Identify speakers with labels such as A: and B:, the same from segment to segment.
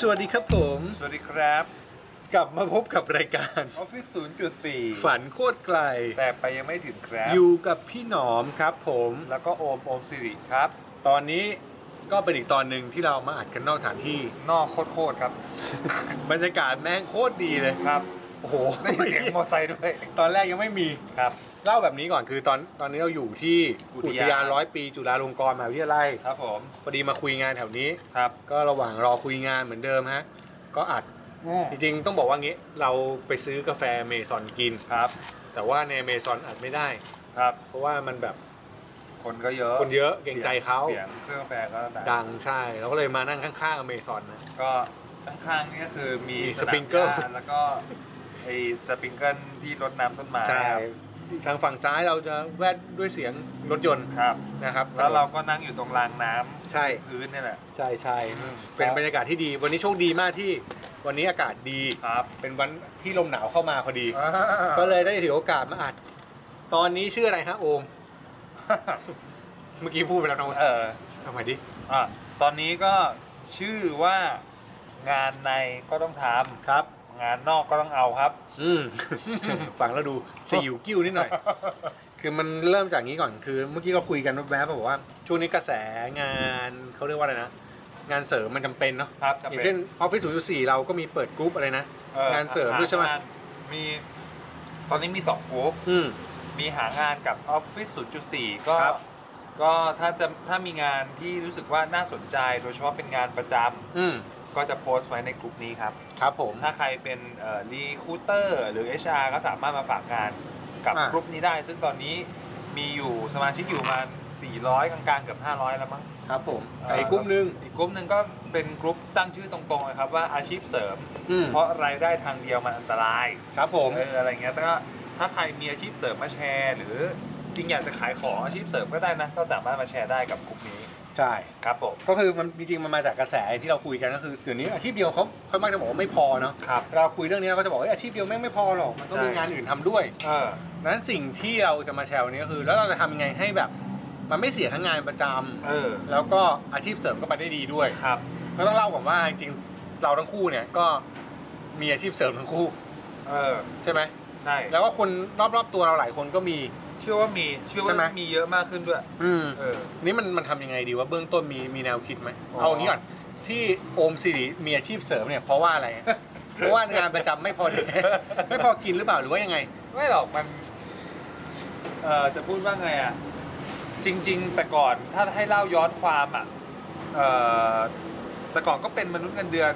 A: สวัสดีครับผม
B: สวัสดีครับ
A: กลับมาพบกับรายการ
B: ออฟฟิศ 0.4
A: ฝันโคตรไกล
B: แต่ไปยังไม่ถึงครับ
A: อยู่กับพี่หนอมครับผม
B: แล้วก็โอม โอมสิริครับ
A: ตอนนี้ก็เป็นอีกตอนหนึ่งที่เรามาอัดกันนอกสถานที่
B: นอกโคตรๆครับ
A: บรรยากาศแม่งโคตรดีเลย
B: ครับ
A: โอ้โห
B: ได้ยินเสียงมอเตอร์ไซค์ด้วย
A: ตอนแรกยังไม่มี
B: ครับ
A: เล่าแบบนี้ก่อนคือตอนตอนนี้เราอยู่ที่
B: อุ
A: อุ
B: ทยาน
A: ทยานร้อยปีจุฬาลงกรณ์มหาวิทยาลัย
B: ครับผม
A: พอดีมาคุยงานแถวนี้
B: ครับ
A: ก็ระหว่างรอคุยงานเหมือนเดิมฮะ ก็อัด จริงๆ ต้องบอกว่างี้ เราไปซื้อกาแฟเมซอนกิน
B: ครับ
A: แต่ว่าในเมซอนอัดไม่ได้
B: ครับ
A: เพราะว่ามันแบบ
B: คนก็เยอะ
A: คนเยอะเกรงใจเขา
B: เสียงเครื่องแฟนก็ดั
A: ดังใช่เราก็เลยมานั่งข้างๆอเมซอนนะ
B: ก็ข้างๆนี่ก็คือมี
A: มี
B: นาม
A: สปริงเกิล
B: หญ้าแล้วก็ไอ้สปริงเกิลที่รดน้ำต้นไม้
A: ใช่ทางฝั่งซ้ายเราจะแวดด้วยเสียงรถยนต์
B: ครับ
A: นะครับ
B: แล้วเราก็นั่งอยู่ตรงรางน้ำ
A: ใช่
B: พื้นนี่แหละ
A: ใช่ใช่
B: อืม
A: เป็นบรรยากาศที่ดี วันนี้โชคดีมากที่วันนี้อากาศดี
B: ครับ
A: เป็นวันที่ลมหนาวเข้ามาพอดี ก็เลยได้ถือโอกาสมาอัด ตอนนี้ชื่ออะไรฮะโอม เมื่อกี้พูดไปแล้วน้อง
B: เออ
A: ทำไมดิ
B: อ่ะตอนนี้ก็ชื่อว่างานในก็ต้องท
A: ครับ
B: ำงานนอกก็ต้องเอาครับ
A: อืม ฟังแล้วดูสยิวกิ้วนิดหน่อย คือมันเริ่มจากนี้ก่อนคือ เมื่อกี้ก็คุยกันแวบๆบอกว่า ช่วงนี้กระแสงานเขาเรียกว่าอะไรนะ งานเสริมมันจำเป็นเนาะ
B: ครับ
A: อ
B: จำป็
A: ย่างเช่นออฟฟิศศูนย์สี่เราก็มีเปิดกรุ๊ปอะไรนะ
B: ออง
A: านเสริมด้วยใช่ไหม
B: างานมี ตอนนี้มีสองกลุ่ม
A: อืม
B: มีหางานกับออฟฟิศ0.4 ก็
A: ครับ
B: ก็ถ้าจะถ้ามีงานที่รู้สึกว่าน่าสนใจโดยเฉพาะเป็นงานประจ
A: อืม
B: ำก็จะโพสต์ไว้ในกลุ่มนี้ครับ
A: ครับผม
B: ถ้าใครเป็นรีคูเตอร์หรือ HR ก็สามารถมาฝากงานกับ
A: อ่าก
B: ลุ่มนี้ได้ ซึ่งตอนนี้มีอยู่สมาชิกอยู่ประมาณ400 กลางๆเกือบ500 แล้วมั้ง
A: ครับผม
B: เอ่อ
A: ไอ้กรุ๊ปหนึง
B: อีกกลุ่มหนึ่งก็เป็นกลุ่มตั้งชื่อตรงๆเลยครับว่าอาชีพเสริม
A: อืม
B: เพราะรายได้ทางเดียวมันอันตราย
A: ครับผม
B: เอออะไรเงี้ยแต่ก็ถ้าใครมีอาชีพเสริมมาแชร์ หรือจริงอยากจะขายของอาชีพเสริมก็ได้นะ ก็สามารถมาแชร์ได้กับกลุ่มนี้
A: ใช่
B: ครับผม
A: ก็คือมันจริงๆมันมาจากกระแสที่เราคุยกันก็คือเดี๋ยวนี้อาชีพเดียวเขาเขามักจะบอกว่าไม่พอเนาะ
B: ครับ
A: เราคุยเรื่องนี้เราก็จะบอกว่าเอ้ยอาชีพเดียวแม่งไม่พอหรอกมันต้องมี
B: ใช่
A: งานอื่นทำด้วย
B: เออ
A: ดังนั้นสิ่งที่เราจะมาแชร์วันนี้ก็คือ แล้วเราจะทำยังไงให้แบบ มันไม่เสียทั้งงานประจำ
B: เออ
A: แล้วก็อาชีพเสริมก็ไปได้ดีด้วย
B: ครับ
A: ก็ต้องเล่าก่อนว่าจริงๆเราทั้งคู่เนี่ยก็มีอาชีพเสริมทั้งคู่
B: เออ
A: ใช่ไหม
B: ใช่
A: แล้วก็คนรอบๆตัวเราหลายคนก็มี
B: เชื่อว่ามีเชื่อ
A: ใช่ไหม
B: ว่ามีเยอะมากขึ้นด้วย
A: อืม
B: เออ
A: นี่มันมันทำยังไงดีว่าเบื้องต้นมีมีแนวคิดไหม
B: อ๋อ
A: เอาอย่างนี้ก่อนที่โอมสิริมีอาชีพเสริมเนี่ยเพราะว่าอะไร เพราะว่างานประจำไม่พอ ไม่พอกินหรือเปล่าหรือว่ายังไง
B: ไม่หรอกมันเอ่อจะพูดว่าไงอ่ะ จริง ๆ แต่ก่อนถ้าให้เล่าย้อนความอ่ะเอ่อแต่ก่อนก็เป็นมนุษย์เงินเดือน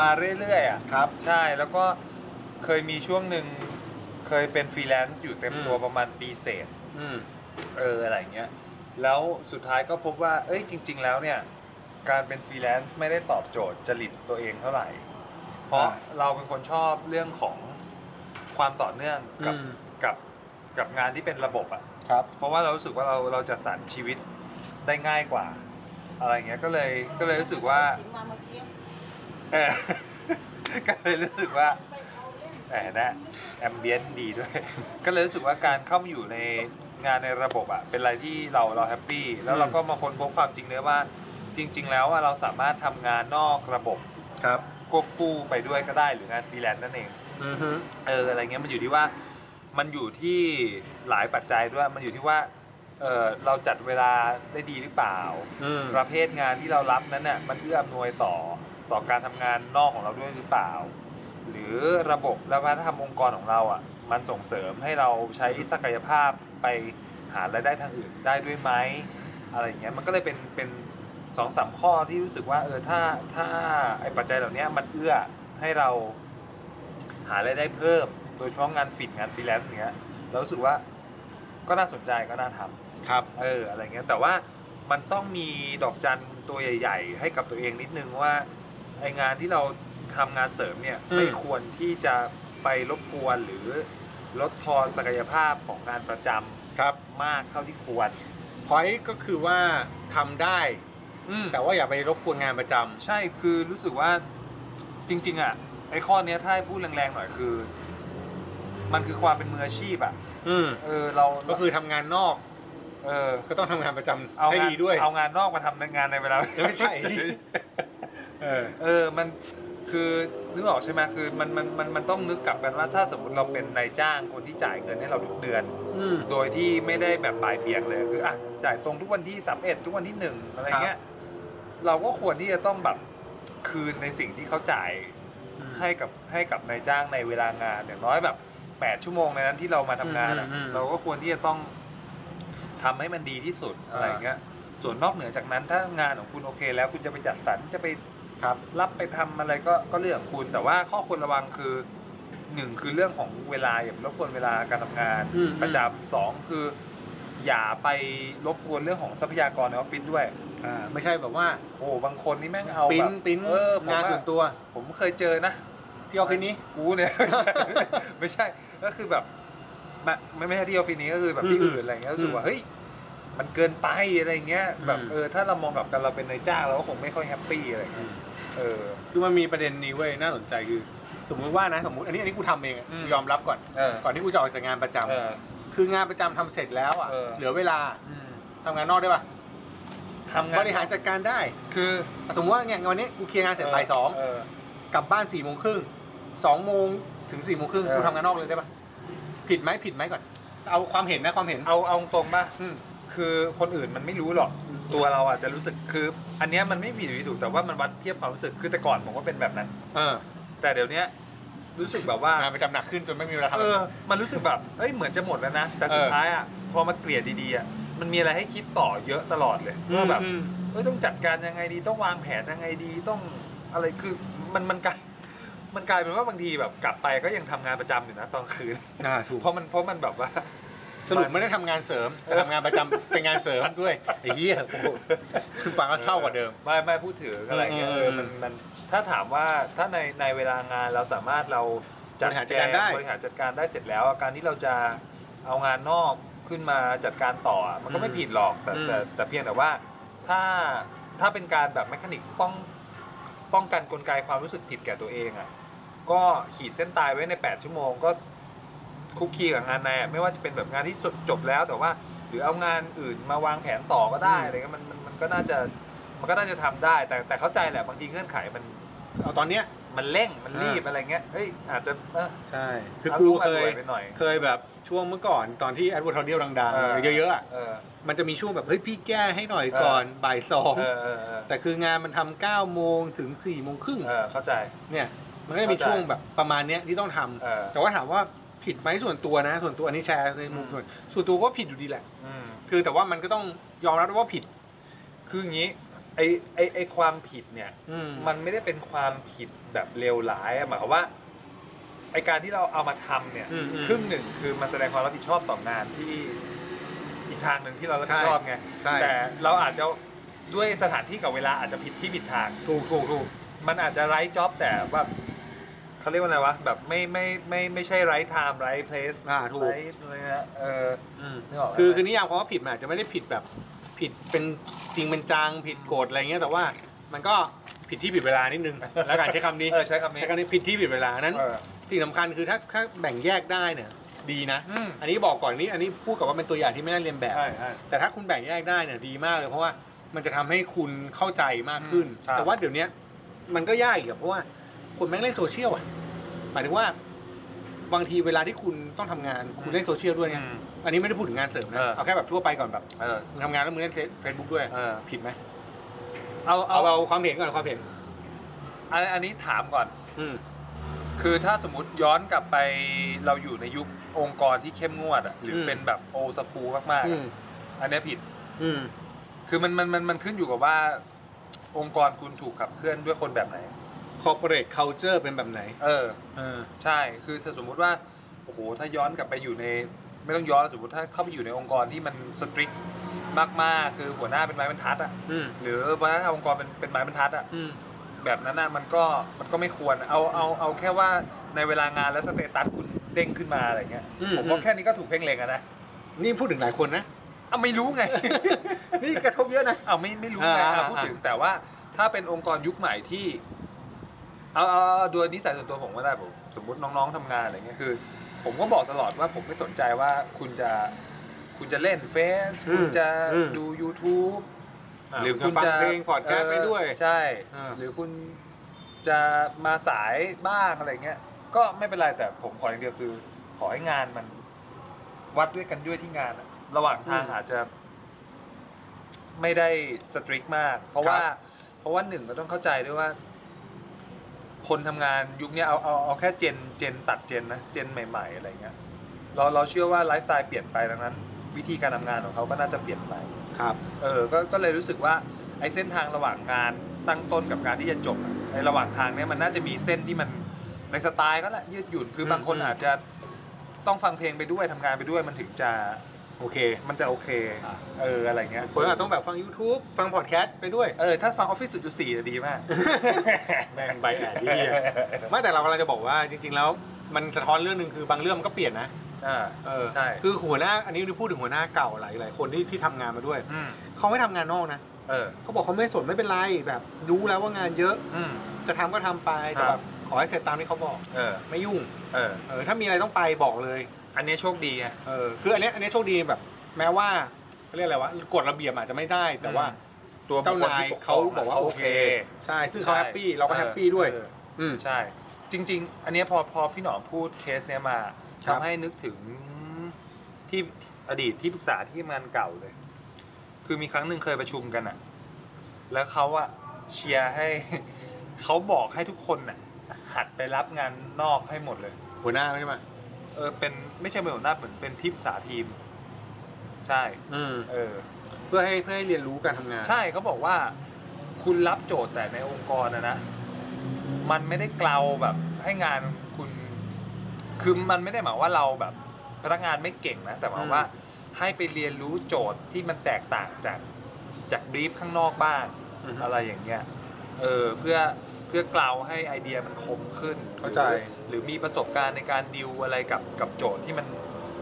B: มาเรื่อยๆอ่ะ
A: ครับ
B: ใช่แล้วก็เคยมีช่วงหนึ่งเคยเป็นฟรีแลนซ์อยู่เต็มตัว
A: อืม
B: ประมาณปีเศษ
A: อืม
B: เอออะไรเงี้ยแล้วสุดท้ายก็พบว่า เอ้ยจริง ๆ แล้วเนี่ย การเป็นฟรีแลนซ์ไม่ได้ตอบโจทย์จริตตัวเองเท่าไหร่ เพราะเราเป็นคนชอบเรื่องของความต่อเนื่องกับ
A: อืม
B: กับกับงานที่เป็นระบบอะ
A: ครับ
B: เพราะว่าเรารู้สึกว่าเราเราจะสานชีวิตได้ง่ายกว่า อะไรเงี้ยก็เลยก็เลยรู้สึกว่า
C: ชิมมาเมื่อกี้
B: เออ ก็เลยรู้สึกว่าแหมนะแอมเบียนดีด้วย ก็เลยรู้สึกว่าการเข้ามาอยู่ในงานในระบบอะเป็นอะไรที่เราเราแฮปปี้แล้วเราก็มาค้นพบความจริงเลยว่า จริง ๆ แล้วอะเราสามารถทำงานนอกระบบ
A: ครับ
B: ควบคู่ไปด้วยก็ได้หรืองานฟรีแลนซ์นั่นเอง
A: อือฮึ
B: เอออะไรเงี้ยมันอยู่ที่ว่ามันอยู่ที่หลายปัจจัยด้วยมันอยู่ที่ว่าเออเราจัดเวลาได้ดีหรือเปล่า
A: อืม
B: ประเภทงานที่เรารับนั้นน่ะมันเอื้ออำนวยต่อต่อการทำงานนอกของเราด้วยหรือเปล่า หรือระบบและวัฒนธรรมองค์กรของเราอ่ะมันส่งเสริมให้เราใช้ศักยภาพไปหารายได้ทางอื่นได้ด้วยไหมอะไรอย่างเงี้ยมันก็เลยเป็นเป็นสองสามข้อที่รู้สึกว่าเออถ้าถ้าไอ้ปัจจัยเหล่าเนี้ยมันเอื้อให้เราหารายได้เพิ่ม โดยเฉพาะงานฟิตงานฟรีแลนซ์อย่างเงี้ยเรารู้สึกว่าก็น่าสนใจก็น่าทำ
A: ครับ
B: เอออะไรเงี้ยแต่ว่ามันต้องมีดอกจันตัวใหญ่ ๆ ให้กับตัวเองนิดนึงว่า ไองานที่เราทำงานเสริมเนี่ย
A: อืม
B: ไม่ควรที่จะไปรบกวนหรือลดทอนศักยภาพของงานประจำ
A: ครับ
B: มากเท่าที่ควร
A: พอยก็คือว่าทำได้ แต่ว่าอย่าไปรบกวนงานประจำ
B: ใช่ คือรู้สึกว่าจริง ๆ อ่ะ ไอ้ข้อเนี้ยถ้าให้พูดแรงๆหน่อยคือ มันคือความเป็นมืออาชีพอ่ะ
A: อืม
B: เออเรา
A: ก็คือทำงานนอก
B: เออ
A: ก็ต้องทำงานประจำ
B: เอา
A: ให้
B: งาน
A: ดีด้วย
B: เอางานนอกมาทำงานในเวลา
A: ไม่ใช่ เออ
B: เออมันคือนึกออกใช่ไหมคือมันมันมันมันต้องนึกกลับกันว่าถ้าสมมติเราเป็นนายจ้างคนที่จ่ายเงินให้เราทุกเดือน
A: อืม
B: โดยที่ไม่ได้แบบปลายเบียงเลยคืออ่ะจ่ายตรงทุกวันที่31ทุกวันที่หนึ่งอะไรเงี้ยเราก็ควรที่จะต้องแบบคืนในสิ่งที่เขาจ่าย ให้กับให้กับนายจ้างในเวลางานอย่างน้อยแบบแปดชั่วโมงในนั้นที่เรามาทำงานอะ
A: อืมอืมอืม
B: เราก็ควรที่จะต้องทำให้มันดีที่สุดอะไรอย่างเงี้ยส่วนนอกเหนือจากนั้นถ้างานของคุณโอเค แล้วคุณจะไปจัดสรรจะไป
A: ครับ
B: รับไปทำอะไรก็ก็เรื่องของคุณ แต่ว่าข้อควรระวังคือหนึ่งคือเรื่องของเวลาอย่าไปรบกวนเวลาการทำงาน
A: อืมอืม
B: ประจำสองคือ อย่าไปรบกวนเรื่องของทรัพยากรในออฟฟิศด้วย
A: อ่าไม่ใช่แบบว่า
B: โอ้โหบางคนนี่แม่งเอา
A: ปิ้
B: แบ
A: น
B: บ
A: ปิ้น
B: เออผม
A: งานส่วนตัว
B: ผมเคยเจอนะ
A: ที่ออฟฟิศนี้
B: กูเนี่ย ไม่ใช่ไม่ใช่ก็คือแบบมาไม่ไม่ใช่ที่ออฟฟิศนี้ก็คือแบบที่
A: อืม
B: อื่นอะไรเงี้ยรู้สึกว่าเฮ้ยมันเกินไปอะไรเงี้ยแบบ
A: อืม
B: เออถ้าเรามองกลับกันเราเป็นนายจ้างเราก็คงไม่ค่อยแฮปปี้อะไรเงี้ยเออ
A: คือมันมีประเด็นนี้เว้ยน่าสนใจคือ สมมุติว่านะสมมติอันนี้อันนี้กูทำเองอะ
B: อืม
A: กูยอมรับก่อน
B: เออ
A: ก่อนที่กูจะออกจากงานประจำ
B: เออ
A: คืองานประจำทำเสร็จแล้วอ่ะ
B: เออ
A: เหลือเวลา
B: อืม
A: ทำงานนอกได้ป่ะ
B: ทำงาน
A: บริหารจัดการได้
B: คือ
A: สมมติว่าเนี่ยวันนี้กูเคลียร์งานเสร็จบ่ายสอง
B: เ
A: กลับบ้านสี่โมงครึ่งสองโมงถึงสี่โมงครึ่ง
B: เออ
A: กูทำงานนอกเลยได้ป่ะผิดไหมผิดไหมก่อน เอาความเห็นนะความเห็น
B: เอาเอาตรงป่ะ
A: อืม
B: คือคนอื่นมันไม่รู้หรอกตัวเราอาจจะรู้สึกคือ อันเนี้ยมันไม่มีอยู่ที่ถูกแต่ว่ามันวัดเทียบความรู้สึกคือแต่ก่อนผมก็เป็นแบบนั้น
A: เออ
B: แต่เดี๋ยวเนี้ยรู้สึกแบบว่า
A: งานประจำหนักขึ้นจนไม่มีเวลาทำ
B: เออ มันรู้สึกแบบ เอ้ย เหมือนจะหมดแล้วนะ แต่สุด
A: เออ
B: ท้ายอ่ะ พอมาเกลี่ยดีๆอ่ะ มันมีอะไรให้คิดต่อเยอะตลอดเลยว่าแบบ
A: อืม
B: เอ้ย ต้องจัดการยังไงดี ต้องวางแผนยังไงดี ต้องอะไร คือ มัน มันกลาย มันกลายเป็นว่าบางทีแบบกลับไปก็ยังทำงานประจำอยู่นะตอนคืน
A: อ่าถูก
B: เพราะมัน เพราะมันแบบว่า
A: สรุปไม่ได้ทำงานเสริมแต่ทำงานประจำ เป็นงานเสริมด้วยไอ้เหี้ยโอ้โหคือฟังแล้วเศร้ากว่าเดิม
B: ไม่ไม่พูดถึงอะไรเงี้ย
A: อืม
B: เออมันมันถ้าถามว่าถ้าในในเวลางานเราสามารถเราจัด
A: บริหารจั
B: แจ
A: ดการได้
B: บริหารจัดการได้เสร็จแล้วอ่ะการที่เราจะเอางานนอกขึ้นมาจัดการต่ออ่ะมันก็ไม่ผิดหรอกแต่แต่แต่แต่เพียงแต่ว่าถ้าถ้าเป็นการแบบแมคานิกป้องป้องกันกลไกความรู้สึกผิดแก่ตัวเองอ่ะก็ขีดเส้นตายไว้ใน 8 ชั่วโมงก็คุกคีกับงานในอ่ะไม่ว่าจะเป็นแบบงานที่จบแล้วแต่ว่า หรือเอางานอื่นมาวางแผนต่อก็ได้อะไรเงี้ยมันมันมันก็น่าจะ มันก็น่าจะทำได้แต่แต่เข้าใจแหละบางทีเงื่อนไขมัน
A: เอาตอนเนี้ย
B: มันเร่งมันรีบ
A: อ่า
B: อะไรเงี้ยเอ้ยอาจจะเออ
A: ใช่คือ
B: อา
A: กู
B: ลู
A: เค
B: อาย ด่วนไปหน่อย
A: เคยแบบช่วงเมื่อก่อนตอนที่แอดวอร์ทเดียดัง
B: เออ
A: ๆ เยอะๆอ่ะ
B: เออ
A: มันจะมีช่วงแบบ เฮ้ย พี่แก้ให้หน่อย
B: เออ
A: ก่อนบ่ายสอง
B: เออเออเออ
A: แต่คืองานมันทำเก้าโมงถึงสี่โมงครึ่ง
B: เออเข้าใจ
A: เนี่ย มันก็จะมีช่วงแบบประมาณเนี้ยที่ต้องทำ
B: เออ
A: แต่ว่าถามว่าผิดไหมส่วนตัวนะ ส่วนตัวอันนี้แชร์ในมุม
B: อืม
A: ส่วนส่วนตัวก็ผิดอยู่ดีแหละ
B: อืม
A: คือแต่ว่ามันก็ต้องยอมรับว่าผิด
B: คืออย่างนี้ไอไอไอความผิดเนี่ย
A: อืม
B: มันไม่ได้เป็นความผิดแบบเลวร้ายอะหมายความว่าไอการที่เราเอามาทำเนี่ย
A: อืมอืม
B: ครึ่งหนึ่งคือมันแสดงความรับผิดชอบต่องานที่อีกทางหนึ่งที่เรารับผิดชอบไง
A: ใช่ใช่
B: แต่เราอาจจะด้วยสถานที่กับเวลาอาจจะผิดที่ผิดทาง
A: ถูกถูกถูก
B: มันอาจจะไร้จ็อบแต่แบบเขาเรียกว่าอะไรวะแบบไม่ไม่ไม่ไม่ใช่ไร้ไทม์ไร้เพลส
A: อ่าถูก
B: ไร้อะไรนะเออ
A: อืม
B: นึกออกไหม
A: คือคือนิยามคำว่าผิดมันอาจจะไม่ได้ผิดแบบผิดเป็นจริงเป็นจังผิดโกฎอะไรเงี้ยแต่ว่ามันก็ผิดที่ผิดเวลานิดนึง แล้วการใช้คำนี้
B: เออใช้คำนี้
A: ใช้คำนี้ผิดที่ผิดเวลานั้น
B: เออ
A: สิ่งสำคัญคือถ้าถ้าแบ่งแยกได้เนี่ยดีนะ
B: อืม
A: อันนี้บอกก่อนนี้อันนี้พูดกับว่าเป็นตัวอย่างที่ไม่ได้เรียนแบบ
B: ใช่ใช่
A: แต่ถ้าคุณแบ่งแยกได้เนี่ยดีมากเลยเพราะว่ามันจะทำให้คุณเข้าใจมากขึ้น
B: อืมใช่
A: แต่ว่าเดี๋ยวเนี้ยมันก็ยากอีกอะเพราะว่าคนแม่งเล่นโซเชียลอะหมายถึงว่าบางทีเวลาที่คุณต้องทำงานคุณเล่นโซเชียลด้วยไง
B: อืม
A: อันนี้ไม่ได้พูดถึงงานเสริมนะ
B: เออ
A: เอาแค่แบบทั่วไปก่อนแบบ
B: เออ
A: มึงทำงานแล้วมึงเล่นเฟซบุ๊กด้วย
B: เออ
A: ผิดไหม
B: เอา
A: เอา
B: เอา
A: เอาความเห็นก่อนความเห็น
B: อันอันนี้ถามก่อน
A: อืม
B: คือถ้าสมมติย้อนกลับไปเราอยู่ในยุคองค์กรที่เข้มงวดอ่ะหรืออ
A: ม
B: เป็นแบบโอสฟูมากๆ
A: อื
B: อะ
A: ม
B: อันเนี้ยผิด
A: อืม
B: คือมันมันมันมันขึ้นอยู่กับว่า องค์กรคุณถูกขับเคลื่อนด้วยคนแบบไหน
A: คอร์เปอเรทเคาเจอร์เป็นแบบไหน
B: เออ
A: เออ
B: ใช่ คือถ้าสมมุติว่า โอ้โห ถ้าย้อนกลับไปอยู่ใน ไม่ต้องย้อน สมมติถ้าเข้าไปอยู่ในองค์กรที่มันสตริกมากๆ คือหัวหน้าเป็นไม้บรรทัดอะ
A: อืม
B: หรือวัฒนธรรมองค์กรเป็นเป็นไม้บรรทัดอะ
A: อืม
B: แบบนั้นน่ะมันก็มันก็ไม่ควรเอาเอาเอาแค่ว่าในเวลางานแล้วสเตตัสคุณเด้งขึ้นมาอะไรเงี้ย
A: อืม
B: ผมว่าแค่นี้ก็ถูกเพ่งเล็งอะนะ
A: นี่พูดถึงหลายคนนะ
B: เอาไม่รู้ไง
A: นี่กระทบเยอะนะ
B: เอาไม่ไม่รู้ไง
A: อ่า
B: อ่ะพูดถึงแต่ว่าถ้าเป็นองค์กรยุคใหม่ที่เอาเอาเอาโดยนิสัยส่วนตัวผมก็ได้ผมสมมติน้องๆทำงานอะไรเงี้ยคือ ผมก็บอกตลอดว่าผมไม่สนใจว่าคุณจะคุณจะเล่นเฟซ
A: อืม
B: คุณจะ
A: อืม
B: ดู YouTube หรือคุณ
A: ฟั
B: จะ
A: งเพลงพอดแคสต์ไปด้วย
B: เออใช่
A: อ่า
B: หรือคุณจะมาสายบ้างอะไรเงี้ย ก็ไม่เป็นไรแต่ผมขออย่างเดียวคือ ขอให้งานมันวัดด้วยกันด้วยที่งานอะระหว่างทางอาจจะ ไม่ได้สตริกมาก เพราะ
A: ครับ
B: ว่า เพราะว่าหนึ่งเราต้องเข้าใจด้วยว่า คนทำงานยุคเนี้ยเอาเอาเอาแค่เจนเจนตัดเจนนะเจนใหม่ๆอะไรเงี้ยเราเราเชื่อว่าไลฟ์สไตล์เปลี่ยนไปดังนั้น วิธีการทำงานของเขาก็น่าจะเปลี่ยนไป
A: ครับ
B: เออก็ก็เลยรู้สึกว่าไอ้เส้นทางระหว่างงานตั้งต้นกับการที่จะจบอะไอ้ระหว่างทางเนี้ยมันน่าจะมีเส้นที่มันในสไตล์ก็แหละยืดหยุ่นคืออ
A: ม
B: บางคนอาจจะต้องฟังเพลงไปด้วยทำงานไปด้วยมันถึงจะ
A: โอเค
B: มันจะโอเค
A: อ่า
B: เอออะไรเงี้ย
A: คนอาจต้องแบบฟัง YouTube ฟังพอดแคสต์ไปด้วย
B: เออถ้าฟังออฟฟิศสุดจุดสี่ดีมาก
A: แม่งใบแอดที่นี่ไม่แต่เรากำลังจะบอกว่าจริง ๆ แล้วมันสะท้อนเรื่องหนึ่งคือบางเรื่องมันก็เปลี่ยนนะ
B: อ่า
A: เออ
B: ใช่
A: คือหัวหน้าอันนี้พูดถึงหัวหน้าเก่าหลายหลายคนที่ที่ทำงานมาด้วย
B: อืม
A: เขาไม่ทำงานนอกนะ
B: เออ
A: เขาบอกเขาไม่สนไม่เป็นไรแบบรู้แล้วว่างานเยอะ
B: อืม
A: จะทำก็ทำไปแต่
B: ค
A: แบ
B: รับ
A: บขอให้เสร็จตามที่เขาบอก
B: เออ
A: ไม่ยุ่ง
B: เออ
A: เออถ้ามีอะไรต้องไปบอกเลย
B: อันเนี้ยโชคดีไง
A: เออคืออันเนี้ยอันเนี้ยโชคดีแบบ แม้ว่าเขาเรียกอะไรวะกฎระเบียบอาจจะไม่ได้แต่ว่า
B: อื ตัว
A: เจ้า
B: บุคคล
A: นาย
B: ที่ปคร
A: เขา
B: งะ
A: บอกว่าโอเค ใช่ ซึ่งเขาแฮปปี้เราก็แฮปปี้ด้วย
B: เออ
A: อืม
B: ใช่ จริง ๆ อันเนี้ยพอพอพี่หนอมพูดเคสเนี้ยมา
A: ครั
B: ทำ
A: บ
B: ให้นึกถึงที่อดีตที่ปรึกษาที่ทำงานเก่าเลย คือมีครั้งหนึ่งเคยประชุมกันอะแล้วเขาอะเชียร์ให้ เขาบอกให้ทุกคนน่ะ หัดไปรับงานนอกให้หมดเลย
A: หัวหน้าใช่ไหม
B: เออเป็นไม่ใช่เป็นหัวหน้าเหมือนเป็นที่ปรึกษาทีม ใช่
A: อืม
B: เออ
A: เพื่อให้เพื่อให้เรียนรู้การทำงาน
B: ใช่เขาบอกว่าคุณรับโจทย์แต่ในองค์กรนะนะ มันไม่ได้เกลาแบบให้งานคุณคือมันไม่ได้หมายว่าเราแบบพนักงานไม่เก่งนะ แต่หมายว่าให้ไปเรียนรู้โจทย์ที่มันแตกต่างจากจากบรีฟข้างนอกบ้าง
A: อือฮึ
B: อะไรอย่างเงี้ยเออเพื่อเพื่อเกลาให้ไอเดียมันคมขึ้น
A: เข้าใจ
B: หรือหรือมีประสบการณ์ในการดิวอะไรกับกับโจทย์ที่มัน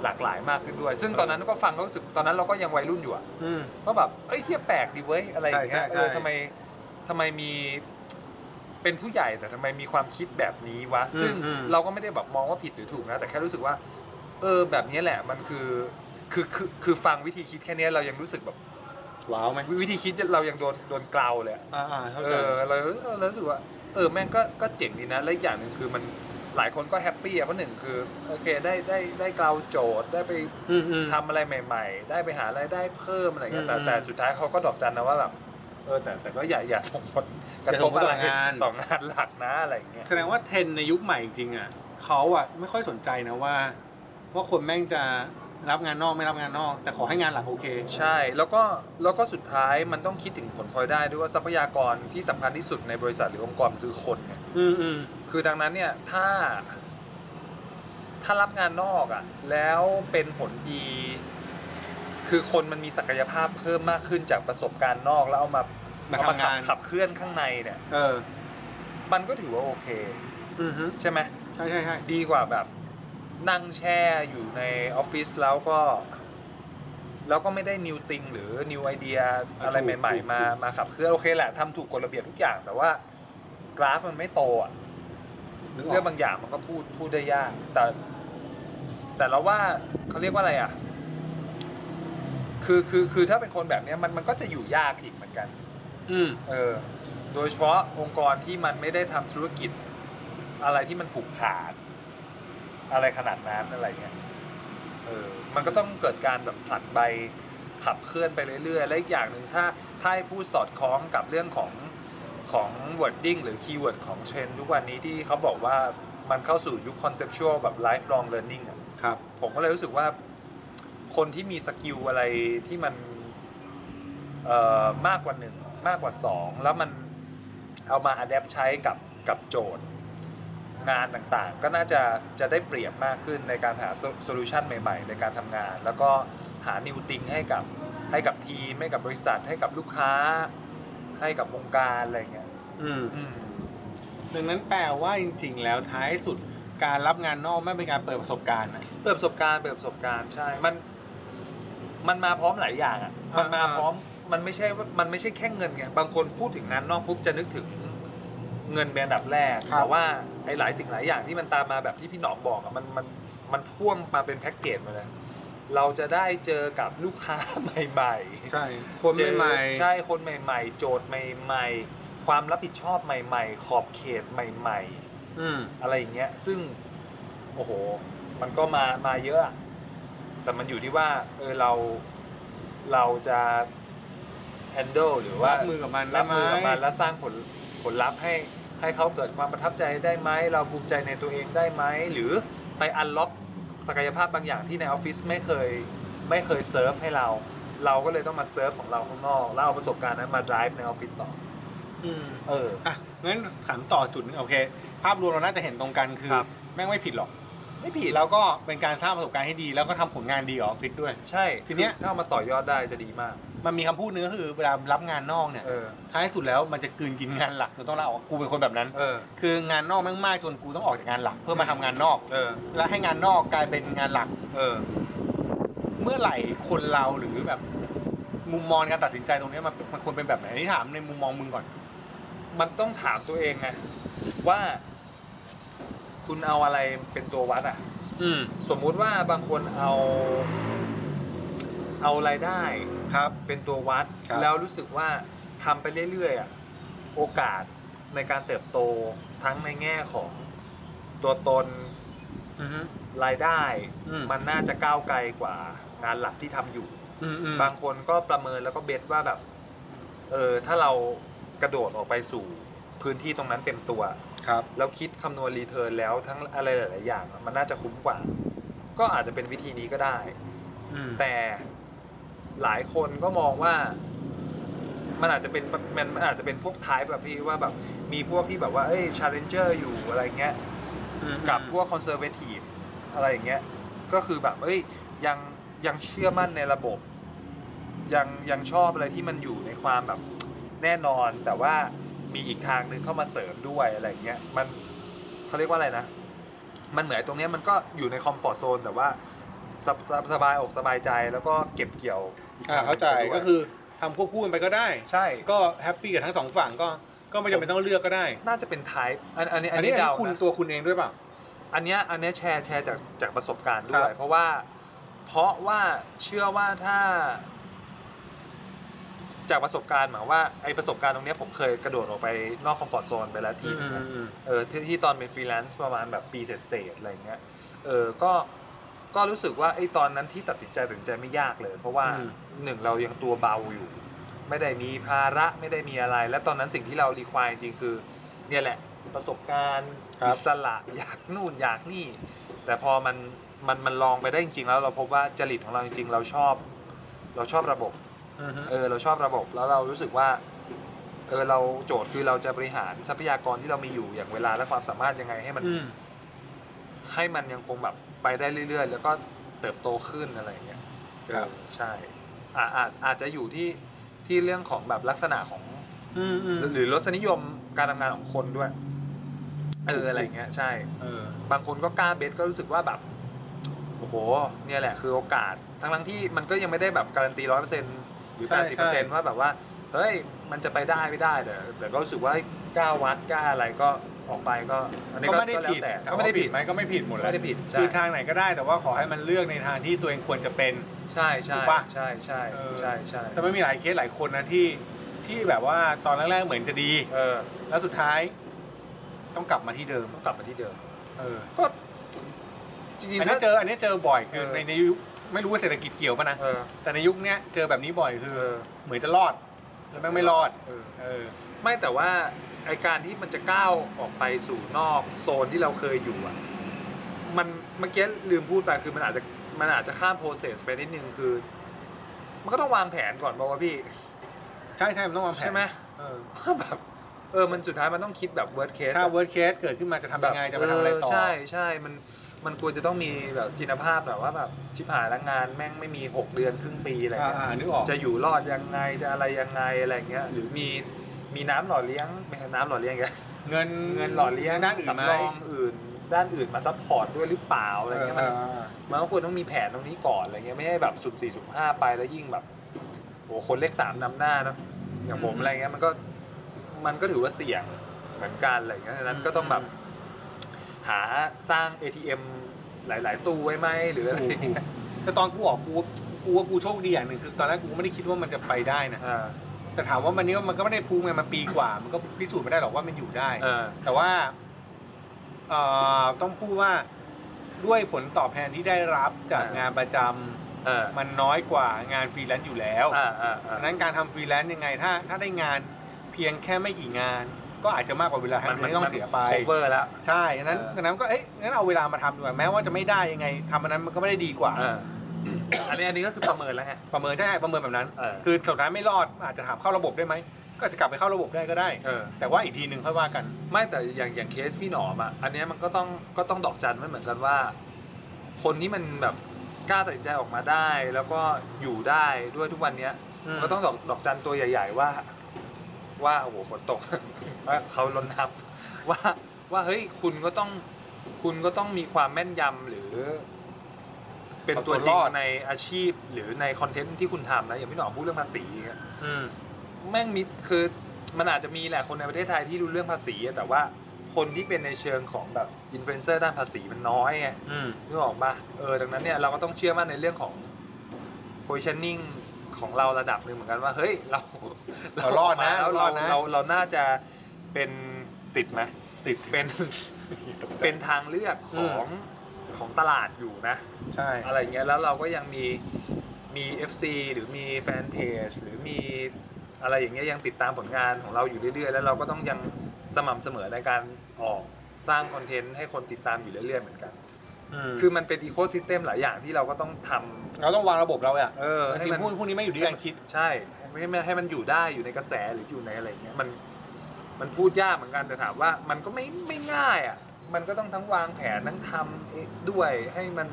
B: หลากหลายมากขึ้นด้วย ซึ่งตอนนั้นก็ฟังแล้วรู้สึกตอนนั้นเราก็ยังวัยรุ่นอยู่อะ
A: อืม
B: ก็แบบ เอ้ยเฮียแปลกดีเว้ย อะไรอย่างเงี้ย
A: ใช่ใช่
B: เออ
A: ใช่
B: ทำไมทำไมมี เป็นผู้ใหญ่แต่ทำไมมีความคิดแบบนี้วะ ซึ่งเราก็ไม่ได้แบบมองว่าผิดหรือถูกนะ แต่แค่รู้สึกว่า เออ แบบนี้แหละ มันคือ คือ คือ คือฟังวิธีคิดแค่เนี้ยเรายังรู้สึกแบบ
A: ว้าวไหม
B: วิธีคิดเรายังโดน โดนเกลาเลยอะ
A: อ่าอ่าเข้า
B: เอ
A: ใจ
B: อเราเรารู้สึกว่าเออแม่งก็ก็เจ๋งดีนะและอีกอย่างหนึ่งคือมันหลายคนก็แฮปปี้อ่ะเพราะหนึ่งคือโอเคได้ได้ได้เกลาโจทย์ได้ไป
A: อืมอืม
B: ทำอะไรใหม่ ๆ ได้ไปหาอะไรายได้เพิ่มอะไรเงี้ยแต่
A: อืม
B: แต่สุดท้ายเขาก็ดอกจันนะว่าแบบเออแต่แต่ก็อย่าอย่าส่งผลกระทบ
A: อย่าส่งผลต่
B: อะ
A: อ
B: ไรง
A: าน
B: ต่องานหลักนะอะไรเงี้ย
A: แสดงว่าเทรนด์ในยุคใหม่จริงๆอ่ะเขาอ่ะไม่ค่อยสนใจนะว่า ว่าคนแม่งจะรับงานนอกไม่รับงานนอก แต่ขอให้งานหลักโอเค
B: ใช่แล้วก็แล้วก็สุดท้ายมันต้องคิดถึงผลพลอยได้ด้วยว่าทรัพยากรที่สำคัญที่สุดในบริษัทหรือองค์กรคือคนไง
A: อืมอืม
B: คือดังนั้นเนี่ยถ้า ถ้ารับงานนอกอะ่ะ แล้วเป็นผลดี คือคนมันมีศักยภาพเพิ่มมากขึ้นจากประสบการณ์นอกแล้วเอามา
A: มาทำ
B: เอขับ
A: งาน
B: ขับเคลื่อนข้างในเนี่ย
A: เออ
B: มันก็ถือว่าโอเค
A: อืมฮึ
B: ใช่ไหม
A: ใช่ใช่ใช่
B: ดีกว่าแบบ นั่งแช่อยู่ในออฟฟิศแล้วก็ แล้วก็ไม่ได้นิวติงหรือนิวไอเดียอะไรใหม่ ๆ มามาขับเคลื่อนโอเคแหละทำถูกกฎระเบียบทุกอย่าง แต่ว่ากราฟมันไม่โตอ่ะ
A: นึกอ
B: เรื่
A: อ
B: อกงบางอย่างมันก็พูดพูดได้ยาก แต่ แต่เราว่าเขาเรียกว่าอะไรอ่ะ คือคือคือถ้าเป็นคนแบบเนี้ยมันมันก็จะอยู่ยากอีกเหมือนกัน
A: อืม
B: เออ โดยเฉพาะองค์กรที่มันไม่ได้ทำธุรกิจ อะไรที่มันผูกขาด อะไรขนาดนั้นอะไรเงี้ยเออมันก็ต้องเกิดการแบบผลัดใบขับเคลื่อนไปเรื่อยๆ และอีกอย่างหนึ่งถ้าถ้าให้พูดสอดคล้องกับเรื่องของของ wording หรือ keyword ของเทรนด์ทุกวันนี้ที่เขาบอกว่ามันเข้าสู่ยุค conceptual แบบ lifelong learning อะ
A: ครับ
B: ผมก็เลยรู้สึกว่าคนที่มีสกิลอะไรที่มันเอ่อมากกว่าหนึ่งมากกว่าสองแล้วมันเอามาอัดแอปใช้กับกับโจทย์ งานต่างๆ ก็น่าจะจะได้เปรียบมากขึ้นในการหาโซลูชันใหม่ๆ ในการทำงาน แล้วก็หานิวติงให้กับให้กับทีม ให้กับบริษัท ให้กับลูกค้า ให้กับองค์การอะไรเงี้ย
A: อืม
B: อืม
A: ดังนั้นแปลว่าจริง ๆ แล้วท้ายสุดการรับงานนอกไม่เป็นการเปิดประสบการณ์นะ
B: เปิดประสบการณ์เปิดประสบการณ์ใช่ มัน มันมาพร้อมหลายอย่างอ่ะ มันมา
A: อ่า
B: พร้อม มันไม่ใช่ว่ามันไม่ใช่แค่เงินไง บางคนพูดถึงงานนอกปุ๊บจะนึกถึงเงินเป็นอันดับแรก แต่ว่าไอ้หลายสิ่งหลายอย่างที่มันตามมาแบบที่พี่หนอมบอกอะมันมันมันพ่วงมาเป็นแพ็กเกจมาเลย เราจะได้เจอกับลูกค้า ใหม่ๆ
A: ใช่คน
B: เจอ
A: ใหม่
B: ใช่คนใหม่ ๆ โจทย์ใหม่ ๆ ความรับผิดชอบใหม่ ๆ ขอบเขตใหม่ ๆ
A: ๆอืม
B: อะไรอย่างเงี้ย ซึ่ง โอ้โห มันก็มามาเยอะอะแต่มันอยู่ที่ว่า เออเรา เราจะ handle หรือว่า
A: รับมือกับมัน
B: รับมือ
A: ได้ไหม
B: กับมันแล้วสร้างผลผลลัพธ์ให้ให้เขาเกิดความประทับใจได้ไหม เราภูมิใจในตัวเองได้ไหม หรือไปอันล็อกศักยภาพบางอย่างที่ในออฟฟิศไม่เคยไม่เคยเซิร์ฟให้เรา เราก็เลยต้องมาเซิร์ฟของเราข้างนอก แล้วเอาประสบการณ์นั้นมา drive ในออฟฟิศต่อ
A: อืม
B: เออ
A: อ่ะงั้นถามต่อจุดหนึงโอเค ภาพรวมเราน่าจะเห็นตรงกันคือ
B: ครับ
A: แม่งไม่ผิดหรอก
B: ไม่ผิด
A: แล้วก็เป็นการสร้างประสบการณ์ให้ดี แล้วก็ทำผลงานดีกับออฟฟิศด้วย
B: ใช่
A: ทีเนี้ย
B: คือถ้าเอามาต่อยอดได้จะดีมาก
A: มันมีคำพูดนึงก็คือเวลารับงานนอกเนี่ย
B: เออ
A: ท้ายสุดแล้วมันจะกลืนกินงานหลักจนต้องลาออกกูเป็นคนแบบนั้น
B: เออ
A: คืองานนอกแม่งมากจนกูต้องออกจากงานหลัก เพื่อมาทำงานนอก
B: เออ
A: แล้วให้งานนอกกลายเป็นงานหลัก
B: เออ
A: เมื่อไหร่คนเราหรือแบบ มุมมองการตัดสินใจตรงเนี้ยมันมันควรเป็นแบบไหนอันนี่ถามในมุมมองมึงก่อน
B: มันต้องถามตัวเองไงว่า คุณเอาอะไรเป็นตัววัดอ่ะ
A: อืม
B: สมมุติว่าบางคนเอา เอารายได้
A: ครับ
B: เป็นตัววัด
A: ครับ
B: แล้วรู้สึกว่าทำไปเรื่อยๆอ่ะโอกาสในการเติบโตทั้งในแง่ของตัวตน
A: อืม
B: รายได้
A: อืม
B: มันน่าจะก้าวไกลกว่างานหลักที่ทำอยู่
A: อืมอืม
B: บางคนก็ประเมินแล้วก็เบสว่าแบบ เออ ถ้าเรากระโดดออกไปสู่พื้นที่ตรงนั้นเต็มตัว
A: ครับ
B: แล้วคิดคำนวณรีเทิร์นแล้วทั้งอะไรหลาย ๆ อย่างอะมันน่าจะคุ้มกว่า ก็อาจจะเป็นวิธีนี้ก็ได้
A: อืม
B: แต่หลายคนก็มองว่า มันอาจจะเป็นมันมันอาจจะเป็นพวกท้ายแบบพี่ว่าแบบมีพวกที่แบบว่าเอ้ยชาเลนเจอร์อยู่อะไรเงี้ย
A: อืม
B: กับพวกคอนเซอร์เวทีฟอะไรอย่างเงี้ยก็คือแบบเอ้ยยังยังเชื่อมั่นในระบบ ยังยังชอบอะไรที่มันอยู่ในความแบบแน่นอน แต่ว่ามีอีกทางหนึ่งเข้ามาเสริมด้วยอะไรอย่างเงี้ยมันเขาเรียกว่าอะไรนะ มันเหมือนตรงเนี้ยมันก็อยู่ในคอมฟอร์ z โซนแต่ว่าสบสบสบายอกสบายใจแล้วก็เก็บเกี่ยวอีก
A: อ่า
B: ทงหนึ่ง
A: เข้าใจ
B: ไปด้วย
A: ก็คือทำควบคู่กันไปก็ได้
B: ใช่ก็
A: ก็แฮปปี้กับทั้งสองฝั่งก็ก็ไม่จำเป็นต้องเลือกก็ได้
B: น่าจะเป็นไทป์อันอันนี้
A: อั
B: อั
A: น
B: น
A: นี้
B: นี้
A: อัน
B: เดา
A: นี้คุณ
B: นะ
A: ตัวคุณเองด้วยเปล่า
B: อันเนี้ยอันเนี้ยแชร์แชร์จากจากประสบการณ์ด้ว
A: ครั
B: ย
A: บ
B: เพราะว่าเพราะว่าเชื่อว่าถ้า จากประสบการณ์หมายว่าไอประสบการณ์ตรงเนี้ยผมเคยกระโดดออกไปนอกคอมฟอร์ทโซนไปแล้วทีนึงนะ เออที่ที่ตอนเป็นฟรีแลนซ์ประมาณแบบปีเศษๆอะไรเงี้ยเออก็ก็รู้สึกว่าไอ้ตอนนั้นที่ตัดสินใจตัดสินใจไม่ยากเลย เพราะว่า
A: อืม
B: หนึ่งเรายังตัวเบาอยู่ ไม่ได้มีภาระไม่ได้มีอะไร และตอนนั้นสิ่งที่เรารีควายจริงๆคือ เนี่ยแหละประสบการณ์อิสระอยากนู่นอยากนี่ แต่พอมันมันมันลองไปได้จริงๆแล้วเราพบว่าจริตของเราจริงๆ เราชอบ เราชอบระบบ
A: อืม
B: เออเราชอบระบบแล้วเรารู้สึกว่าเออเราโจทย์คือเราจะบริหารทรัพยากรที่เรามีอยู่อย่างเวลาและความสามารถยังไงให้มัน
A: อืม
B: ให้มันยังคงแบบไปได้เรื่อย ๆ แล้วก็เติบโตขึ้นอะไรอย่างเงี้ย
A: ครับ
B: เออใช่อาอาจอาจจะอยู่ที่ที่เรื่องของแบบลักษณะของ
A: อืมอืม
B: หรือหรือรสนิยมการทำงานของคนด้วยเอออะไรอย่างเงี้ยใช่
A: เออบ
B: างคนก็กล้าเบสก็รู้สึกว่าแบบโอ้โหเนี่ยแหละคือโอกาส ทั้งทั้งๆที่มันก็ยังไม่ได้แบบการันตีร้อยเปอร์เซ็นต์หรือแปดสิบเปอร์เซ็นต์ว่าแบบว่าเฮ้ยมันจะไปได้ไม่ได้แต่แต่ก็รู้สึกว่ากล้าวัดกล้าอะไรก็ออกไปก็อันนี้
A: ก็
B: ก็
A: ไม่ได้
B: ก็แล้ว
A: ผิด
B: แต่
A: ก็ไม่ได้ผิดไหมก็ไม่ผิดหมดแหล้
B: ไม่
A: ว
B: ได้ผิดใช่
A: คือทางไหนก็ได้แต่ว่าขอให้มันเลือกในทางที่ตัวเองควรจะเป็น
B: ใช่ใช่
A: ถูกปะ
B: ใช่ใช่
A: เออ
B: ใช่ใช่
A: แต่ไม่มีหลายเคสหลายคนนะที่ที่แบบว่าตอนแรกๆเหมือนจะดี
B: เออ
A: แล้วสุดท้าย ต้องกลับมาที่เดิม
B: ต้องกลับมาที่เดิม
A: เออ
B: ก็จริง
A: อัน
B: ๆ
A: นี้
B: ถ้า
A: เจออันนี้เจอบ่อยคือ
B: เออ
A: ในในยุคไม่รู้ว่าเศรษฐกิจเกี่ยวปะนะ
B: เออ
A: แต่ในยุคเนี้ยเจอแบบนี้บ่อยคือ
B: เออ
A: เหมือนจะรอดแล้วแม่งไม่รอด
B: เออ
A: เออ
B: ไม่แต่ว่าไอการที่มันจะก้าวออกไปสู่นอกโซนที่เราเคยอยู่อ่ะมันเมื่อกี้ลืมพูดไปคือมันอาจจะมันอาจจะข้ามโปรเซสไปนิดนึงคือ มันก็ต้องวางแผนก่อนบอกว่าวะพี่
A: ใช่ใช่มันต้องวางแผน
B: ใช่ไหม
A: เออ
B: ว่าแบบเออมันสุดท้ายมันต้องคิดแบบ worst case
A: ถ้า
B: อะ
A: worst case เกิดขึ้นมาจะทำยังไง จะไปทำอะไรต่อ
B: เใช่ใช่มันมันควรจะต้องมีแบบจินตภาพแบบว่าแบบชิบหายแล้วงานแม่งไม่มีหกเดือนครึ่งปีอะไร
A: อ่า
B: เงี้ย
A: อ่านึกออก
B: จะอยู่รอดยังไงจะอะไรยังไงอะไรเงี้ยหรือมีมีน้ำหล่อเลี้ยงไม่ใช่น้ำหล่อเลี้ยงไง
A: เงิน
B: เงินหล่อเลี้ยง
A: ด้านอื่นไหม
B: สำรองอื่น ด้านอื่นมาซัพพอร์ตด้วยหรือเปล่าอะไรเงี้ย
A: เออเออ
B: มันมันก็ควรต้องมีแผนตรงนี้ก่อนอะไรเงี้ยไม่ให้แบบสุ่มสี่สุ่มห้าไปแล้วยิ่งแบบโอ้คนเลขสามนำหน้าเนาะอย่างผม
A: อืม
B: อะไรเงี้ยมันก็มันก็ถือว่าเสี่ยงเหมือนกันอะไรเงี้ยฉะนั้นก็ต้องแบบหาสร้าง ATM หลาย ๆ ตู้ไว้ไหมหรืออะไร
A: ถูก
B: เงี้ย
A: แต่ตอนกูออกกูกูว่ากูโชคดีอย่างหนึ่งคือตอนแรกกูไม่ได้คิดว่ามันจะไปได้นะ
B: เออ
A: แต่ถามว่ามันนี่มันก็ไม่ได้พูงไงมันปีกว่า มันก็พิสูจน์ไม่ได้หรอกว่ามันอยู่ได้
B: เออ
A: แต่ว่าเอ่อต้องพูดว่าด้วยผลตอบแทนที่ได้รับจากงานประจำ
B: เออ
A: มันน้อยกว่างานฟรีแลนซ์อยู่แล้ว
B: อ่าอ่าอ่า
A: ดังนั้นการทำฟรีแลนซ์ยังไงถ้า ถ้าได้งานเพียงแค่ไม่กี่งาน ก็อาจจะมากกว่าเวลาที่ต้องเสียไป
B: โคเวอร์แล้ว
A: ใช่ดังนั้น
B: เออ
A: ดังนั้นก็เอ๊ะงั้นเอาเวลามาทำดีกว่าแม้ว่าจะไม่ได้ยังไงทำอันนั้นมันก็ไม่ได้ดีกว่า
B: เอออันนี้อันนี้ก็คือประเมินแล้วไง
A: ประเมินใช่ประเมินแบบนั้น
B: เออ
A: คือสุดท้ายไม่รอดอาจจะถามเข้าระบบได้ไหมก็อาจจะกลับไปเข้าระบบได้ก็ได้
B: เออ
A: แต่ว่าอีกทีหนึ่งค่อยว่ากัน
B: ไม่แต่อย่างอย่างเคสพี่หนอมอ่ะอันเนี้ยมันก็ต้องก็ต้องดอกจันไม่เหมือนกันว่า คนที่มันแบบกล้าตัดสินใจออกมาได้ แล้วก็อยู่ได้ด้วยทุกวันเนี้ยมันก็ต้องดอกดอกจันตัวใหญ่ ๆ ว่า ว่าโอ้โหฝนตก ว่าเขาล้นทับ ว่าว่าเฮ้ยคุณก็ต้อง คุณก็ต้องมีความแม่นยำหรือ เป็นตัวจ
A: เอา
B: ริง
A: ตัวรอด
B: ในอาชีพ หรือในคอนเทนต์ที่คุณทำนะอย่างพี่หนอมพูดเรื่องภาษีอย่างเงี้ย
A: อืม
B: แม่งมีคือมันอาจจะมีแหละคนในประเทศไทยที่รู้เรื่องภาษีอะแต่ว่าคนที่เป็นในเชิงของแบบอินฟลูเอนเซอร์ด้านภาษีมันน้อยไง
A: อืม
B: นึกออกปะเออดังนั้นเนี่ยเราก็ต้องเชื่อมั่นในเรื่องของ positioning ของเราระดับหนึ่งเหมือนกันว่า เฮ้ย เรา
A: เรารอดนะ
B: เรา
A: เรารอดนะ
B: เราเราเราน่าจะเป็นติดไหมติดเป็นเป็นทางเลือกของของตลาดอยู่นะ
A: ใช่
B: อะไรอย่างเงี้ยแล้วเราก็ยังมีมี FC หรือมีแฟนเพจหรือมีอะไรอย่างเงี้ยยังติดตามผลงานของเราอยู่เรื่อยๆ แล้วเราก็ต้องยังสม่ำเสมอในการออกสร้างคอนเทนต์ให้คนติดตามอยู่เรื่อยๆเหมือนกัน
A: คื
B: คือ อมันเป็นอีโคซิสเต็มหลายอย่างที่เราก็ต้องทำ
A: เราต้องวางระบบเราอะ
B: เออให้
A: จริง
B: มัน
A: ๆพวกพวกนี้ไม่อยู่ที่การคิด
B: ใช่ไม่ไม่ให้มันอยู่ได้อยู่ในกระแสหรืออยู่ในอะไรอย่างเงี้ยมันมันพูดยากเหมือนกันแต่ถามว่ามันก็ไม่ไม่ง่ายอ่ะมันก็ต้องทั้งวางแผนทั้งทำเองด้วยให้มัน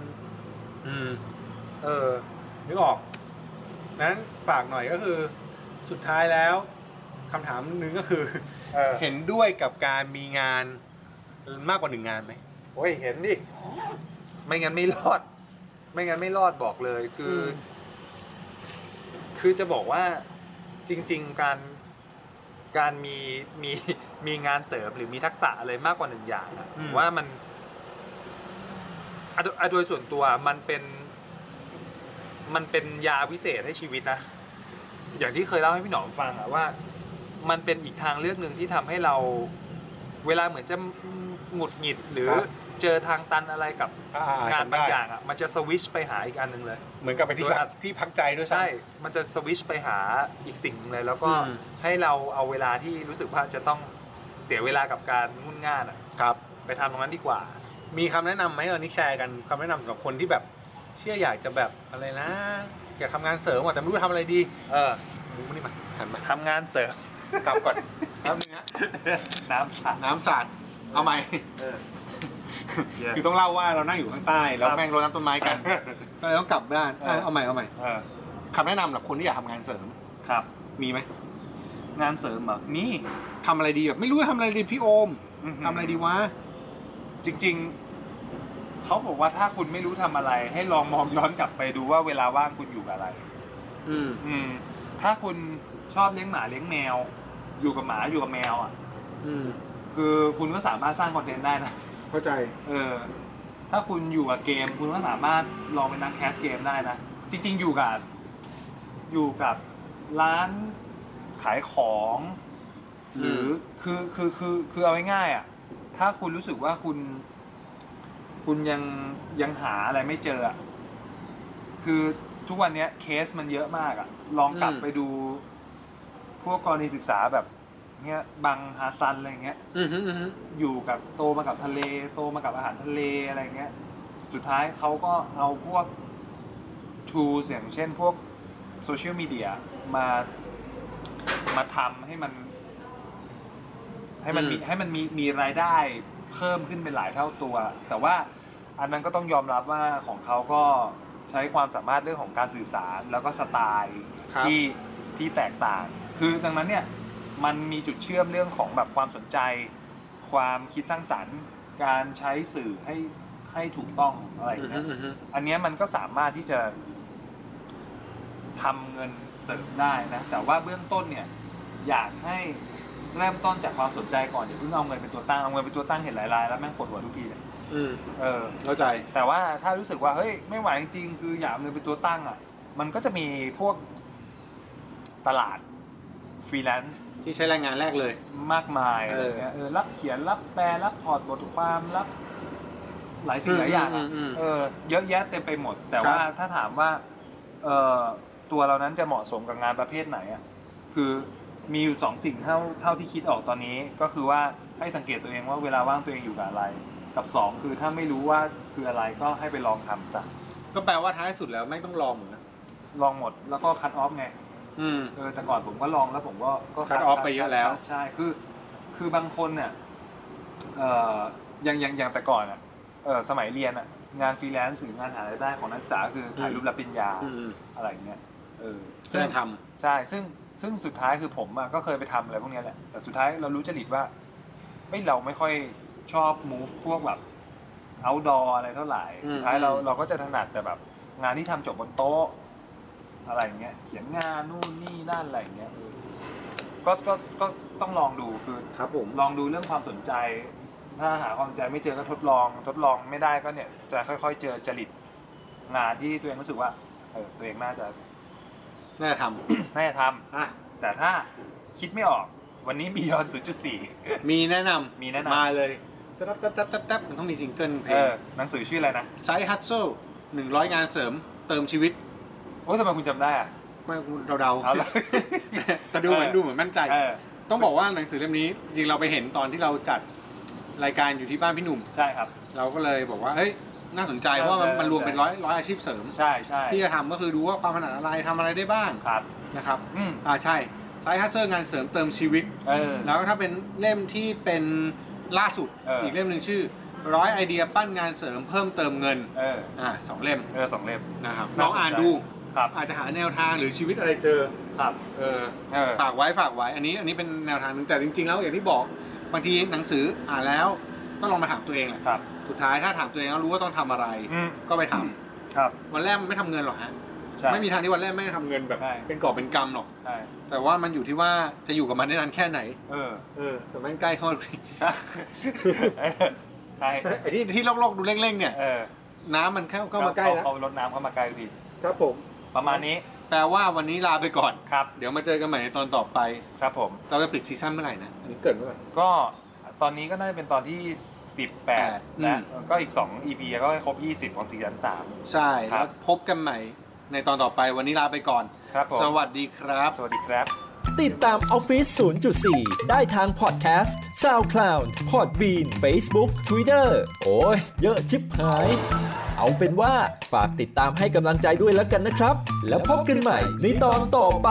A: อืม
B: เออ
A: นึกออกนั้นฝากหน่อยก็คือ สุดท้ายแล้วคำถามหนึ่งก็คือ เห็นด้วยกับการมีงานมากกว่าหนึ่งงานไหม
B: โอ้ยเห็นดิ ไม่งั้นไม่รอด ไม่งั้นไม่รอดบอกเลย คืออ
A: ม
B: คือจะบอกว่าจริง ๆ การการมีมีมีงานเสริมหรือมีทักษะอะไรมากกว่าหนึ่งอย่างอะผมว่ามันอะโดอะโดยส่วนตัวมันเป็น มันเป็นยาวิเศษให้ชีวิตนะ อย่างที่เคยเล่าให้พี่หนอมฟังอะว่า มันเป็นอีกทางเลือกหนึ่งที่ทำให้เรา เวลาเหมือนจะหงุดหงิดหรือ
A: ครับ
B: เจอทางตันอะไรกับ
A: อ่
B: งาน
A: จำ
B: บาง
A: ได้
B: อย่างอ่ะมันจะสวิชไปหาอีกอันหนึ่งเลย
A: เหมือนกับไปที่
B: โดยอั
A: พัก
B: ด
A: ที่พักใจด้วยซ้ำ
B: ใช่ มันจะสวิชไปหาอีกสิ่งหนึ่งเลย แล้วก็
A: อืม
B: ให้เราเอาเวลาที่รู้สึกว่าจะต้องเสียเวลากับการงุ่นง่านอ่ะ
A: ครับ
B: ไปทำตรงนั้นดีกว่า
A: มีคำแนะนำไหมตอนนี้แชร์กันคำแนะนำกับคนที่แบบ เชื่ออยากจะแบบอะไรนะ อยากทำงานเสริมอะแต่ไม่รู้ทำอะไรดี
B: เออ
A: มึงมานี่มาหันมา
B: ทำงานเสริม
A: กลับก่อนน้ำเนื้อ
B: น้ำสาด
A: น้ำสาดเอาใหม่
B: เออ
A: คือต้องเล่าว่าเรานั่งอยู่ข้างใต้แล้ว
B: ครับ
A: แม่งรดน้ำต้นไม้กันก็เลยต้องกลับบ้าน
B: เออ
A: อ่ะเอาใหม่เอาใหม่
B: เออ
A: คำแนะนำสำหรับคนที่อยากทำงานเสริม
B: ครับ
A: มีไหม
B: งานเสริมเหรอนี่
A: ทำอะไรดีแบบไม่รู้จะทำอะไรดีพี่โอมทำอะไรดีวะ
B: จริง ๆ เขาบอกว่าถ้าคุณไม่รู้ทำอะไร ให้ลองมองย้อนกลับไปดูว่าเวลาว่างคุณอยู่กับอะไร
A: อืม
B: อืม ถ้าคุณชอบเลี้ยงหมาเลี้ยงแมว อยู่กับหมาอยู่กับแมวอ่ะ
A: อืม
B: คือคุณก็สามารถสร้างคอนเทนต์ได้นะ
A: เข้าใจ
B: เออ ถ้าคุณอยู่กับเกม คุณก็สามารถลองเป็นนักแคสเกมได้นะ จริง ๆ อยู่กับ อยู่กับร้านขายของ หรืออคือคือคือคือเอาง่ายๆอ่ะ ถ้าคุณรู้สึกว่าคุณ คุณยังยังหาอะไรไม่เจออ่ะ คือทุกวันเนี้ยเคสมันเยอะมากอ่ะ ลองกลับไปดู พวกกรณีศึกษาแบบเนี้ยบังฮาซันอะไรอย่างเงี้ย
A: อืมอืมอืม
B: อยู่กับโตมากับทะเล โตมากับอาหารทะเลอะไรเงี้ย สุดท้ายเขาก็เอาพวก tools อย่างเช่นพวกโซเชียลมีเดียมามาทำให้มัน ให้มันมีให้มันมีมีรายได้เพิ่มขึ้นเป็นหลายเท่าตัว แต่ว่าอันนั้นก็ต้องยอมรับว่าของเขาก็ใช้ความสามารถเรื่องของการสื่อสารแล้วก็สไตล์
A: ครับ
B: ที่ที่แตกต่าง คือดังนั้นเนี่ยมันมีจุดเชื่อมเรื่องของแบบความสนใจ ความคิดสร้างสรรค์ การใช้สื่อให้ให้ถูกต้องอะไรอย่างเงี้ย อันเนี้ยมันก็สามารถที่จะทำเงินเสริมได้นะ แต่ว่าเบื้องต้นเนี่ยอยากให้เริ่มต้นจากความสนใจก่อนอย่าเพิ่งเอาเงินเป็นตัวตั้งเอาเงินเป็นตัวตั้งเห็นหลายรายแล้วแม่งปวดหัวทุกทีเลย
A: อืม
B: เออ
A: เข้าใจ
B: แต่ว่าถ้ารู้สึกว่าเฮ้ยไม่ไหวจริงๆคืออยากเอาเงินเป็นตัวตั้งอ่ะ มันก็จะมีพวกตลาดฟรีแลนซ์
A: ที่ใช้แรงงานแรกเลย
B: มากมายอะไรเงี้ยเออรับเขียนรับแปลรับพอร์ตบทความรับหลายสิ่งหลายอย่างอะ เออเยอะแยะเต็มไปหมด แต่
A: ครับ
B: ว่าถ้าถามว่าเออตัวเรานั้นจะเหมาะสมกับงานประเภทไหนอ่ะคือมีอยู่สองสิ่งเท่าเท่าที่คิดออกตอนนี้ ก็คือว่าให้สังเกตตัวเองว่าเวลาว่างตัวเองอยู่กับอะไร กับสองคือถ้าไม่รู้ว่าคืออะไรก็ให้ไปลองทำซะ
A: ก็แปลว่าท้ายสุดแล้วแม่งต้องลองเหมือนกัน
B: ลองหมดแล้วก็คัดออฟไง
A: อืม
B: เออแต่ก่อนผมก็ลองแล้วผมก็ก็
A: cut off ไปเยอะแล้ว
B: ใช่คือคือบางคนเนี่ยเอ่ออย่างอย่างอย่างแต่ก่อนอ่ะเออสมัยเรียนอ่ะงานฟรีแลนซ์หรืองานหารายได้ของนักศึกษาคือถ่ายรูปรับปริญญา
A: อืม
B: อะไรอย่างเงี้ย เออ
A: ซึ่งท
B: ใช่ ซึ่ง ซึ่งสุดท้ายคือผมอะก็เคยไปทำอะไรพวกเนี้ยแหละ แต่สุดท้ายเรารู้จริตว่าเฮ้ยเราไม่ค่อยชอบ move พวกแบบ outdoor อะไรเท่าไหร่ สุดท้ายเราเราก็จะถนัดแต่แบบ งานที่ทำจบบนโต๊ะ อะไรอย่างเงี้ย เขียนงานนู่นนี่นั่นอะไรอย่างเงี้ยเออก็ ก็ ก็ต้องลองดูคือ
A: ำครับผม
B: ลองดูเรื่องความสนใจ ถ้าหาความสนใจไม่เจอก็ทดลอง ทดลองไม่ได้ก็เนี่ย จะค่อย ๆ เจอจริตงานที่ตัวเองรู้สึกว่า เออตัวเองน่าจะ
A: น่าจะท
B: น่าจะท
A: ำอ่ ะ
B: ำแต่ถ้าคิดไม่ออกวันนี้ Beyond 0.4
A: มีแนะนำ
B: มีแนะนำ
A: มาเลยแทบแทบแทบแทบแทบมันต้องมีจิงเกิลเพล
B: เอง อหนังสือชื่ออะไรนะ
A: ไซฮัตโซ่หนึ่งร้อยงานเสริม เติมชีวิต
B: โอ้ยทำไมคุณจำได้อะ
A: ไม่เราเดา
B: เอาละ
A: แต่ดูเหมือนดูเหมือนมั่นใจ
B: เออ
A: ต้องบอกว่าหนังสือเล่มนี้จริงๆเราไปเห็นตอนที่เราจัดรายการอยู่ที่บ้านพี่หนุ่ม
B: ใช่ครับ
A: เราก็เลยบอกว่าเฮ้ยน่าสนใจเพราะว่ามันมันรวมเป็นร้อยร้อยอาชีพเสริม
B: ใช่ใช่
A: ที่จะทำก็คือดูว่าความถนัดอะไรทำอะไรได้บ้าง
B: ครับ
A: นะครับ
B: อืม
A: อ่าใช่ไซฮัสเซอร์งานเสริมเติมชีวิต
B: เออ
A: แล้วถ้าเป็นเล่มที่เป็นล่าสุด
B: เอออี
A: กเล่มหนึ่งชื่อร้อยไอเดียปั้นงานเสริมเพิ่มเติมเงิน
B: เออ
A: อ่าสองเล่ม
B: เออสองเล่ม
A: นะครับล
B: ส
A: อง
B: ใจ
A: อ่านดู
B: ครับ
A: อาจจะหาแนวทางหรือชีวิตอะไรเจอ
B: ครับ
A: เออ
B: เออ
A: ฝากไว้ฝากไว้อันนี้อันนี้เป็นแนวทางหนึงแต่จริง ๆ แล้วอย่างที่บอกบางทีหนังสืออ่านแล้วก็ลองมาถามตัวเองแหละ
B: ครับ
A: สุดท้ายถ้าถามตัวเองแล้วรู้ว่าต้องทำอะไร
B: อืม
A: ก็ไปทำ
B: ครับ
A: วันแรกมันไม่ทำเงินหรอกฮะ
B: ใช่
A: ไม่มีทางที่วันแรกไม่ทำเงินแบบ
B: ใช่
A: เป็นกอบเป็นกำหรอก
B: ใช่
A: แต่ว่ามันอยู่ที่ว่าจะอยู่กับมันได้นานแค่ไหน
B: เออ
A: เออแต่มันใกล้ เข้า
B: เออใช่
A: ไอ้ที่ที่ลอกๆดูเร่งๆเนี่ย
B: เออ
A: น้ำมันเข้าเข้ามาใกล้แล้ว
B: เขารดน้ำเข้ามาใกล้ดี
A: ครับผม
B: ประมาณนี้
A: แปลว่าวันนี้ลาไปก่อน
B: ครับ
A: เดี๋ยวมาเจอกันใหม่ในตอนต่อไป
B: ครับผม
A: เราจะปิดซีซั่นเมื่อไหร่นะ อันนี้เกิดเมื่อไหร่
B: ก็ตอนนี้ก็น่าจะเป็นตอนที่ 18 และ
A: อืม
B: ก็อีก 2 EP ก็ครบ 20 ของซีซั่น
A: ใช่ แล้วพบกันใหม่ในตอนต่อไปวันนี้ลาไปก่อน
B: 3ครับผม
A: สวัสดีครับ
B: สวัสดีครับ
D: ติดตามออฟฟิศ0.4 ได้ทางพอดแคสต์ SoundCloud Podbean Facebook Twitter โอ้ย เยอะชิบหาย เอาเป็นว่าฝากติดตามให้กำลังใจด้วยแล้วกันนะครับ แล้วพบกันใหม่ในตอนต่อไป